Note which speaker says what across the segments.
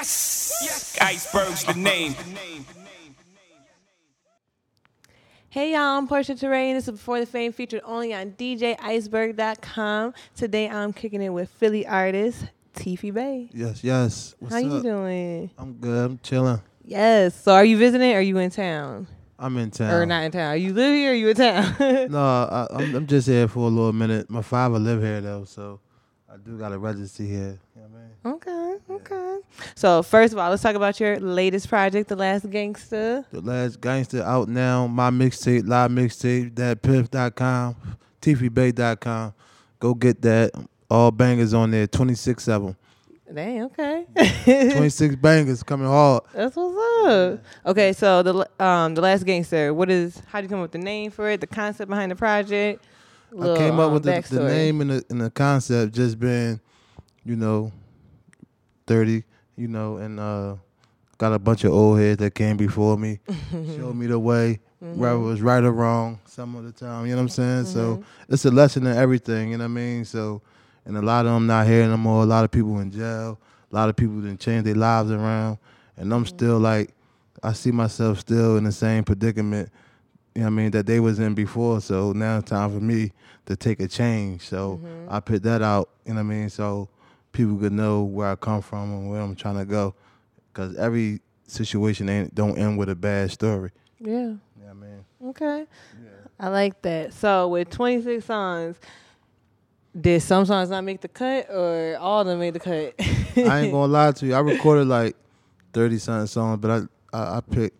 Speaker 1: Yes! yes. Iceberg's the name.
Speaker 2: Hey y'all, I'm Portia Terrain. This is Before the Fame featured only on DJIceberg.com. Today I'm kicking it with Philly artist Teefy Bay.
Speaker 3: Yes, yes. What's
Speaker 2: How you
Speaker 3: up?
Speaker 2: doing?
Speaker 3: I'm good. I'm chilling.
Speaker 2: Yes. So are you visiting or are you in town?
Speaker 3: I'm in town.
Speaker 2: Or not in town? Are you live here or you in town?
Speaker 3: No, I, I'm, I'm just here for a little minute. My father live here though, so I do got to register here. You know what I mean?
Speaker 2: okay, okay. So first of all, let's talk about your latest project, The Last Gangsta.
Speaker 3: The last gangster out now. My mixtape, live mixtape, thatpiff.com, tfbay.com. Go get that. All bangers on there. 26 of them.
Speaker 2: Dang, okay.
Speaker 3: 26 bangers coming hard.
Speaker 2: That's what's up. Okay, so the l- um the last gangster. What is? How do you come up with the name for it? The concept behind the project.
Speaker 3: I
Speaker 2: Little,
Speaker 3: came up
Speaker 2: um,
Speaker 3: with the, the
Speaker 2: backstory.
Speaker 3: name and the, and the concept just being, you know, 30, you know, and uh, got a bunch of old heads that came before me, showed me the way, whether it
Speaker 2: Mm-hmm.
Speaker 3: was right or wrong some of the time, you know what I'm saying? So
Speaker 2: Mm-hmm.
Speaker 3: it's a lesson in everything, you know what I mean? So, and a lot of them not here no more. A lot of people in jail. A lot of people didn't change their lives around. And I'm still
Speaker 2: Mm-hmm.
Speaker 3: like, I see myself still in the same predicament you know what I mean, that they was in before. So now it's time for me to take a change. So I put that out, you know what I mean, so people could know where I come from and where I'm trying to go. Because every situation ain't don't end with a bad story.
Speaker 2: Yeah.
Speaker 3: You know what I mean?
Speaker 2: Okay. I like that. So with 26 songs, did some songs not make the cut, or all of them made the cut?
Speaker 3: I ain't gonna lie to you. I recorded like thirty something songs, but I, I I picked,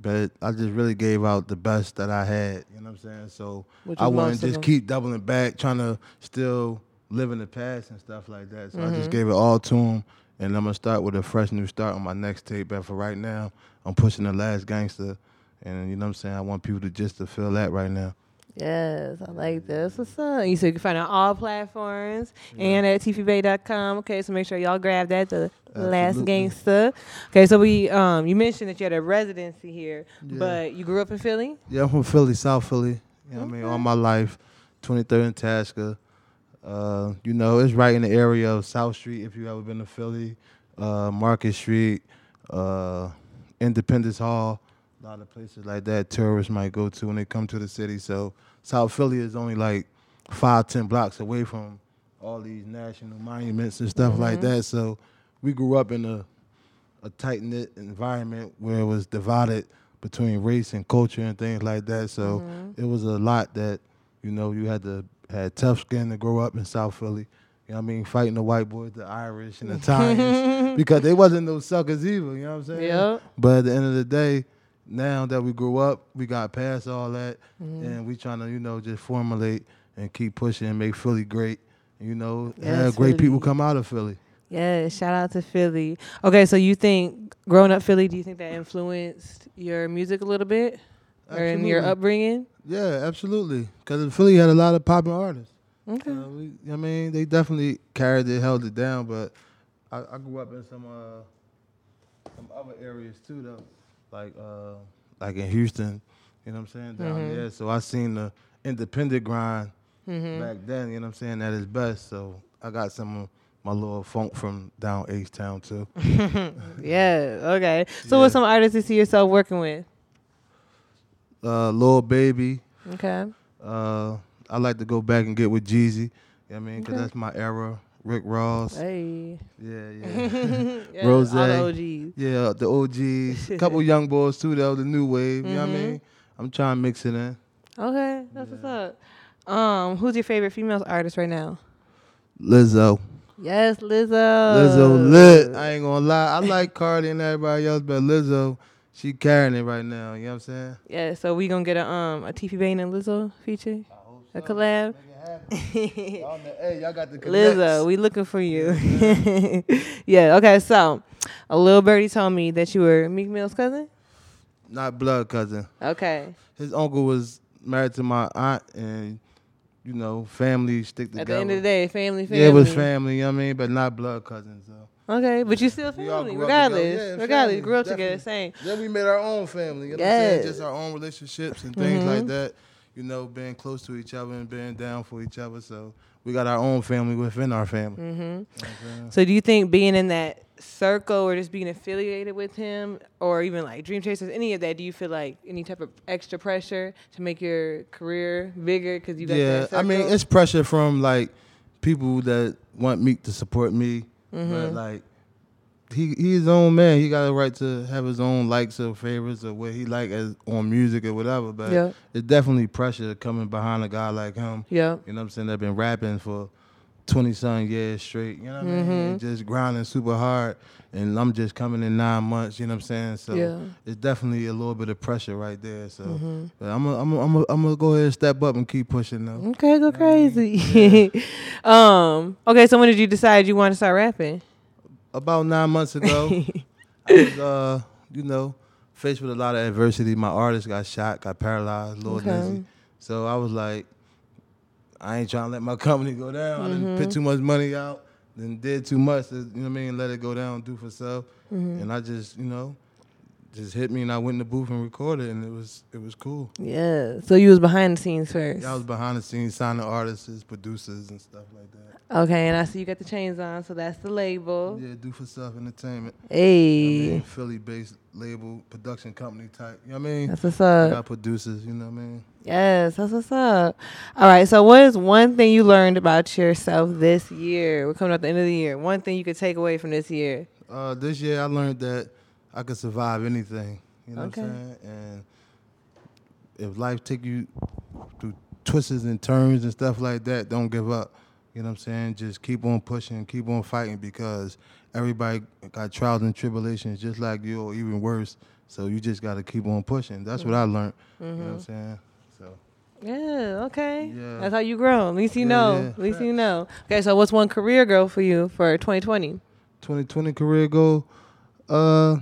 Speaker 3: but I just really gave out the best that I had. You know what I'm saying? So
Speaker 2: Which
Speaker 3: I
Speaker 2: was most
Speaker 3: wouldn't
Speaker 2: of
Speaker 3: just
Speaker 2: them.
Speaker 3: keep doubling back, trying to still live in the past and stuff like that. So I just gave it all to him, and I'm gonna start with a fresh new start on my next tape. But for right now, I'm pushing the last gangster, and you know what I'm saying. I want people to just to feel that right now.
Speaker 2: yes, I like that. That's what's up. You said you can find it on all platforms and at tfbay.com. Okay, so make sure y'all grab that. The last
Speaker 3: Absolutely.
Speaker 2: gangster. Okay, so we um you mentioned that you had a residency here,
Speaker 3: Yeah.
Speaker 2: but you grew up in Philly.
Speaker 3: Yeah, I'm from Philly, South Philly. You know what I mean? All my life, 23rd and Tasca. Uh, you know, it's right in the area of South Street if you ever been to Philly, uh, Market Street, uh, Independence Hall, a lot of places like that tourists might go to when they come to the city. So South Philly is only like five, ten blocks away from all these national monuments and stuff like that. So we grew up in a a tight knit environment where it was divided between race and culture and things like that. So
Speaker 2: Mm-hmm.
Speaker 3: it was a lot that, you know, you had to had tough skin to grow up in South Philly. You know what I mean? Fighting the white boys, the Irish and Italians. because they wasn't no suckers either, you know what I'm saying?
Speaker 2: Yep.
Speaker 3: But at the end of the day, now that we grew up, we got past all that
Speaker 2: Mm-hmm.
Speaker 3: and we trying to, you know, just formulate and keep pushing and make Philly great. You know,
Speaker 2: Yes,
Speaker 3: have great people
Speaker 2: Philly.
Speaker 3: come out of Philly.
Speaker 2: Yeah, shout out to Philly. Okay, so you think growing up Philly, do you think that influenced your music a little bit or in your
Speaker 3: Absolutely.
Speaker 2: upbringing?
Speaker 3: Yeah, absolutely. Because Philly had a lot of popping artists. Uh, we, I mean, they definitely carried it, held it down. But I, I grew up in some uh, some other areas too, though, like uh, like in Houston. You know what I'm saying down there. So I seen the independent grind back then. You know what I'm saying at its best. So I got some of my little funk from down H Town too.
Speaker 2: Yeah. Okay. So what's
Speaker 3: Yeah.
Speaker 2: some artists you see yourself working with?
Speaker 3: Uh, Lil Baby,
Speaker 2: Okay.
Speaker 3: Uh, I like to go back and get with Jeezy. You know what I mean, because
Speaker 2: Okay.
Speaker 3: that's my era. Rick Ross.
Speaker 2: Hey.
Speaker 3: Yeah, yeah.
Speaker 2: Yeah,
Speaker 3: Rose.
Speaker 2: All the OGs.
Speaker 3: yeah, the OGs. A couple young boys too, though, the new wave. You know what I
Speaker 2: Mm-hmm.
Speaker 3: mean? I'm trying to mix it in.
Speaker 2: Okay. That's what's up. Um, who's your favorite female artist right now?
Speaker 3: Lizzo.
Speaker 2: Yes, Lizzo. Uh.
Speaker 3: Lizzo lit. I ain't gonna lie. I like Cardi and everybody else, but Lizzo, she carrying it right now. You know what I'm saying?
Speaker 2: Yeah, so we gonna get a um a T.P. Bain and Lizzo feature? A collab?
Speaker 3: Hey, y'all got the
Speaker 2: Lizzo, we looking for you. yeah, okay, so a little birdie told me that you were Meek Mill's cousin.
Speaker 3: Not blood cousin.
Speaker 2: Okay.
Speaker 3: His uncle was married to my aunt, and you know, family stick together.
Speaker 2: At the end of the day, family, family.
Speaker 3: Yeah, it was family, you know what I mean? But not blood cousins, though.
Speaker 2: Okay, but you still
Speaker 3: We all
Speaker 2: family,
Speaker 3: grew up together.
Speaker 2: regardless.
Speaker 3: Yeah,
Speaker 2: regardless,
Speaker 3: family,
Speaker 2: you grew up together,
Speaker 3: definitely.
Speaker 2: same.
Speaker 3: Then we made our own family, you know what I'm saying?
Speaker 2: Yes.
Speaker 3: Just our own relationships and things
Speaker 2: Mm-hmm.
Speaker 3: like that, you know, being close to each other and being down for each
Speaker 2: Mm-hmm.
Speaker 3: other. So we got our own family within our family.
Speaker 2: So do you think being in that circle or just being affiliated with him or even like Dream Chasers, any of that, do you feel like any type of extra pressure to make your career bigger because you got
Speaker 3: yeah,
Speaker 2: that
Speaker 3: I mean,
Speaker 2: circle?
Speaker 3: it's pressure from like people that want me to support me, but
Speaker 2: Mm-hmm.
Speaker 3: like he he's his own man. He got a right to have his own likes or favorites or what he like as on music or whatever. But
Speaker 2: Yeah.
Speaker 3: it's definitely pressure coming behind a guy like him.
Speaker 2: yeah.
Speaker 3: You know what I'm saying? They've been rapping for 20 something years straight. You know what I mean? And Just grinding super hard. And I'm just coming in nine months. You know what I'm saying? So
Speaker 2: Yeah.
Speaker 3: it's definitely a little bit of pressure right there. So but I'm going I'm to I'm gonna go ahead and step up and keep pushing though.
Speaker 2: Okay, go crazy. um, okay, so when did you decide you want to start rapping?
Speaker 3: About nine months ago, I was, uh, you know, faced with a lot of adversity. My artist got shot, got paralyzed, Lord
Speaker 2: Okay.
Speaker 3: Nizzy. So I was like, I ain't trying to let my company go down. I didn't put too much money out, then did too much. To, you know what I mean? Let it go down, do for self. And I just, you know, just hit me, and I went in the booth and recorded, and it was it was cool.
Speaker 2: Yeah. So you was behind the scenes first.
Speaker 3: I was behind the scenes signing artists, producers, and stuff like that.
Speaker 2: Okay, and I see you got the chains on, so that's the label.
Speaker 3: Yeah, do for self entertainment.
Speaker 2: Hey,
Speaker 3: Philly based label, production company type. You know what I mean?
Speaker 2: that's what's up.
Speaker 3: got producers, you know what I mean?
Speaker 2: Yes, that's what's up. All right, so what is one thing you learned about yourself this year? We're coming up the end of the year. One thing you could take away from this year.
Speaker 3: Uh, this year I learned that I could survive anything. You know what I'm
Speaker 2: Okay.
Speaker 3: saying? And if life take you through twists and turns and stuff like that, don't give up. You know what I'm saying? Just keep on pushing, keep on fighting because everybody got trials and tribulations just like you or even worse. So you just gotta keep on pushing. That's what I learned. You
Speaker 2: Mm-hmm.
Speaker 3: know what I'm saying? So
Speaker 2: Yeah, okay.
Speaker 3: Yeah.
Speaker 2: That's how you grow. At least you
Speaker 3: Yeah,
Speaker 2: know.
Speaker 3: yeah.
Speaker 2: At least you know. Okay, so what's one career goal for you for 2020?
Speaker 3: 2020 career goal, uh,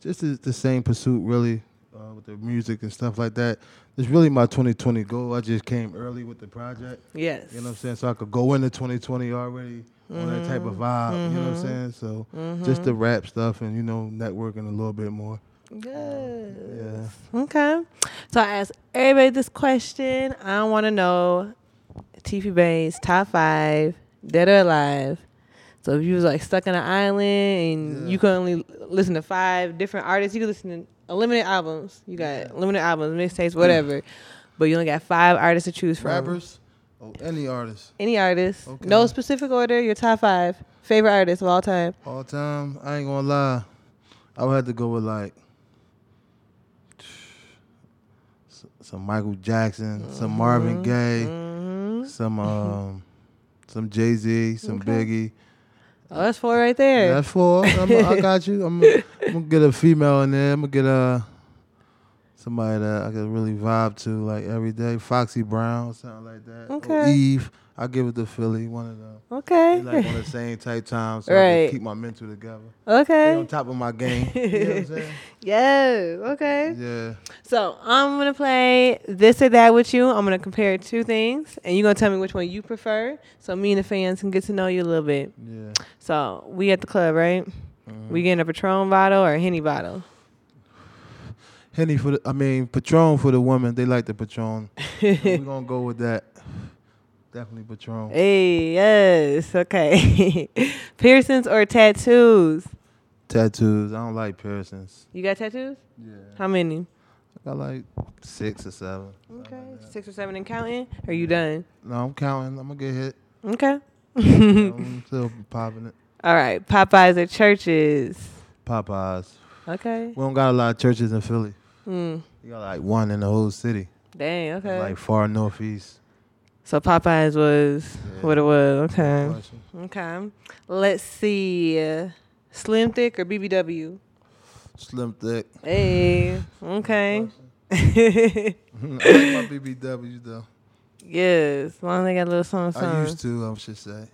Speaker 3: just is the same pursuit really uh, with the music and stuff like that. It's really my 2020 goal. I just came early with the project.
Speaker 2: Yes.
Speaker 3: You know what I'm saying? So I could go into 2020 already on that type of vibe. You know what I'm saying? So just the rap stuff and you know networking a little bit more.
Speaker 2: Good.
Speaker 3: Yeah.
Speaker 2: Okay. So I asked everybody this question. I want to know TP Bane's top five, dead or alive. So if you was like stuck on an island and you
Speaker 3: Yeah.
Speaker 2: could only listen to five different artists, you could listen to unlimited albums. You got limited albums, mixtapes, whatever. But you only got five artists to choose from.
Speaker 3: Rappers or any artist
Speaker 2: Any artist.
Speaker 3: Okay.
Speaker 2: No specific order, your top five favorite artists of all time.
Speaker 3: all time. I ain't gonna lie. I would have to go with like. s- Some Michael Jackson, some
Speaker 2: Mm-hmm.
Speaker 3: Marvin Gaye,
Speaker 2: hmm
Speaker 3: some um, some Jay Z, some
Speaker 2: Okay.
Speaker 3: Biggie.
Speaker 2: Oh, that's four right there.
Speaker 3: That's four. I'm, I got you. I'm, I'm gonna get a female in there. I'm gonna get a somebody that I can really vibe to like every day. Foxy Brown, something like that. Or
Speaker 2: Okay.
Speaker 3: Eve. I give it to Philly. One of them.
Speaker 2: okay.
Speaker 3: They like on the same type time, so I
Speaker 2: Right.
Speaker 3: can keep my mental together. Stay on
Speaker 2: okay.
Speaker 3: top of my game. You know what I'm saying?
Speaker 2: Yes. Okay.
Speaker 3: Yeah.
Speaker 2: So I'm gonna play this or that with you. I'm gonna compare two things, and you're gonna tell me which one you prefer, so me and the fans can get to know you a little bit.
Speaker 3: Yeah. Mm.
Speaker 2: So we at the club, right? We getting a Patron bottle or a Henny bottle?
Speaker 3: Henny for the, I mean, Patron for the woman. They like the Patron. so we're gonna go with that. Definitely Patron.
Speaker 2: Hey, yes, okay. Piercings or tattoos?
Speaker 3: Tattoos. I don't like piercings.
Speaker 2: You got tattoos?
Speaker 3: Yeah.
Speaker 2: How many?
Speaker 3: Got like six or seven.
Speaker 2: Okay, six or seven and counting. Are you done?
Speaker 3: No, I'm counting. I'm gonna get hit.
Speaker 2: Okay.
Speaker 3: I'm still popping it.
Speaker 2: All right. Popeyes or churches?
Speaker 3: Popeyes.
Speaker 2: Okay.
Speaker 3: We don't got a lot of churches in Philly.
Speaker 2: Mm.
Speaker 3: You got like one in the whole city,
Speaker 2: Dang. Okay.
Speaker 3: like far northeast.
Speaker 2: So Popeyes was
Speaker 3: Yeah.
Speaker 2: what it was. Okay.
Speaker 3: Question.
Speaker 2: Okay. Let's see. Slim Thick or BBW?
Speaker 3: Slim thick.
Speaker 2: Hey. Okay.
Speaker 3: Mm-hmm. I like my BBW though.
Speaker 2: yes. Long they got a little song
Speaker 3: I
Speaker 2: song.
Speaker 3: used to, I should say.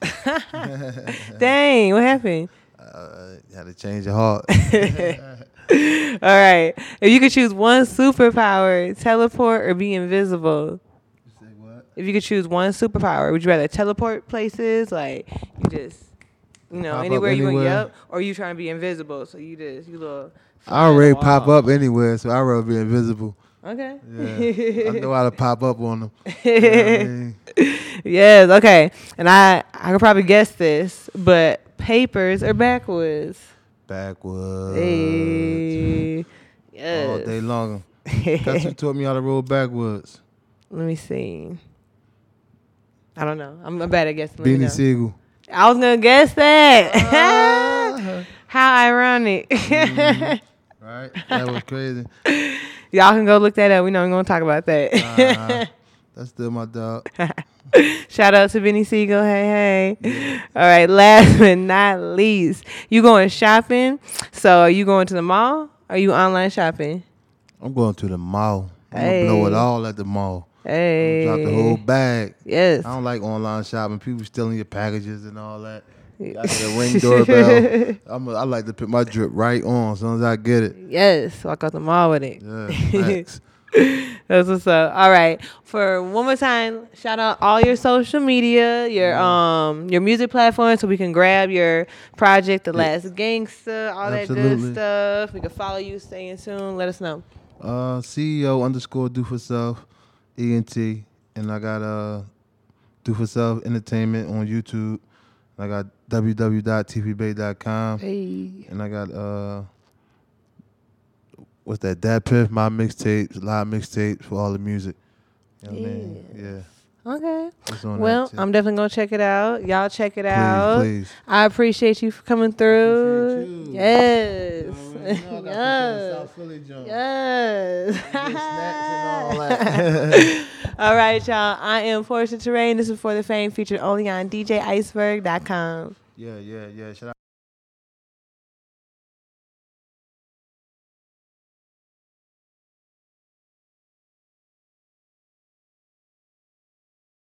Speaker 2: Dang, what happened?
Speaker 3: Uh, had to change your heart.
Speaker 2: All right. If you could choose one superpower, teleport or be invisible. If you could choose one superpower, would you rather teleport places like you just you know,
Speaker 3: Pop up
Speaker 2: anywhere, you want
Speaker 3: anywhere.
Speaker 2: yep, or you trying to be invisible, so you just you little
Speaker 3: I already pop
Speaker 2: Wow.
Speaker 3: up anywhere, so I'd rather be invisible.
Speaker 2: Okay.
Speaker 3: Yeah. I know how to pop up on them. You know what I mean?
Speaker 2: Yes, okay. And I I could probably guess this, but Papers or backwoods?
Speaker 3: Backwards.
Speaker 2: Hey.
Speaker 3: Uh, All
Speaker 2: Yes.
Speaker 3: day long. That's who taught me how to roll backwards.
Speaker 2: Let me see. I don't know. I'm, I'm bad at guessing. Let me know.
Speaker 3: Beanie Siegel.
Speaker 2: I was gonna guess that.
Speaker 3: Ah, Mm-hmm.
Speaker 2: How ironic.
Speaker 3: right? That was crazy.
Speaker 2: Y'all can go look that up. We know we're gonna talk about that.
Speaker 3: Uh, that's still my dog.
Speaker 2: Shout out to Benny Siegel. Hey, hey. All right. Last but not least, you going shopping. So are you going to the mall? Are you online shopping?
Speaker 3: I'm going to the mall. I'm gonna blow it
Speaker 2: Hey.
Speaker 3: all at the mall.
Speaker 2: Hey.
Speaker 3: Drop the whole bag.
Speaker 2: Yes.
Speaker 3: I don't like online shopping. People stealing your packages and all that. I got a ring doorbell. I'm a, I like to put my drip right on as soon as I get it.
Speaker 2: Yes. Walk out the mall with it.
Speaker 3: Yeah, facts.
Speaker 2: That's what's up. All right. For one more time, shout out all your social media, your um your music platform so we can grab your project, The Last Gangsta, all that
Speaker 3: Absolutely.
Speaker 2: good stuff. We can follow you, stay in tune, let us know.
Speaker 3: Uh, CEO underscore do for self, ENT, and I got uh do for self entertainment on YouTube. And I got www.tvbay.com.
Speaker 2: Hey.
Speaker 3: and I got uh, what's that? Dad Piff, my mixtapes, live mixtapes for all the music. You know what I mean? Yeah.
Speaker 2: Okay.
Speaker 3: It's on that
Speaker 2: Well,
Speaker 3: too.
Speaker 2: I'm definitely gonna check it out. Y'all check it
Speaker 3: Please,
Speaker 2: out.
Speaker 3: please.
Speaker 2: I appreciate you for coming through.
Speaker 3: Appreciate you.
Speaker 2: Yes.
Speaker 3: Yes.
Speaker 2: yes.
Speaker 3: Yes.
Speaker 2: All right, y'all. I am Portia Terrain. This is For the Fame, featured only on DJIceberg.com.
Speaker 3: yeah, yeah, yeah. Shout out.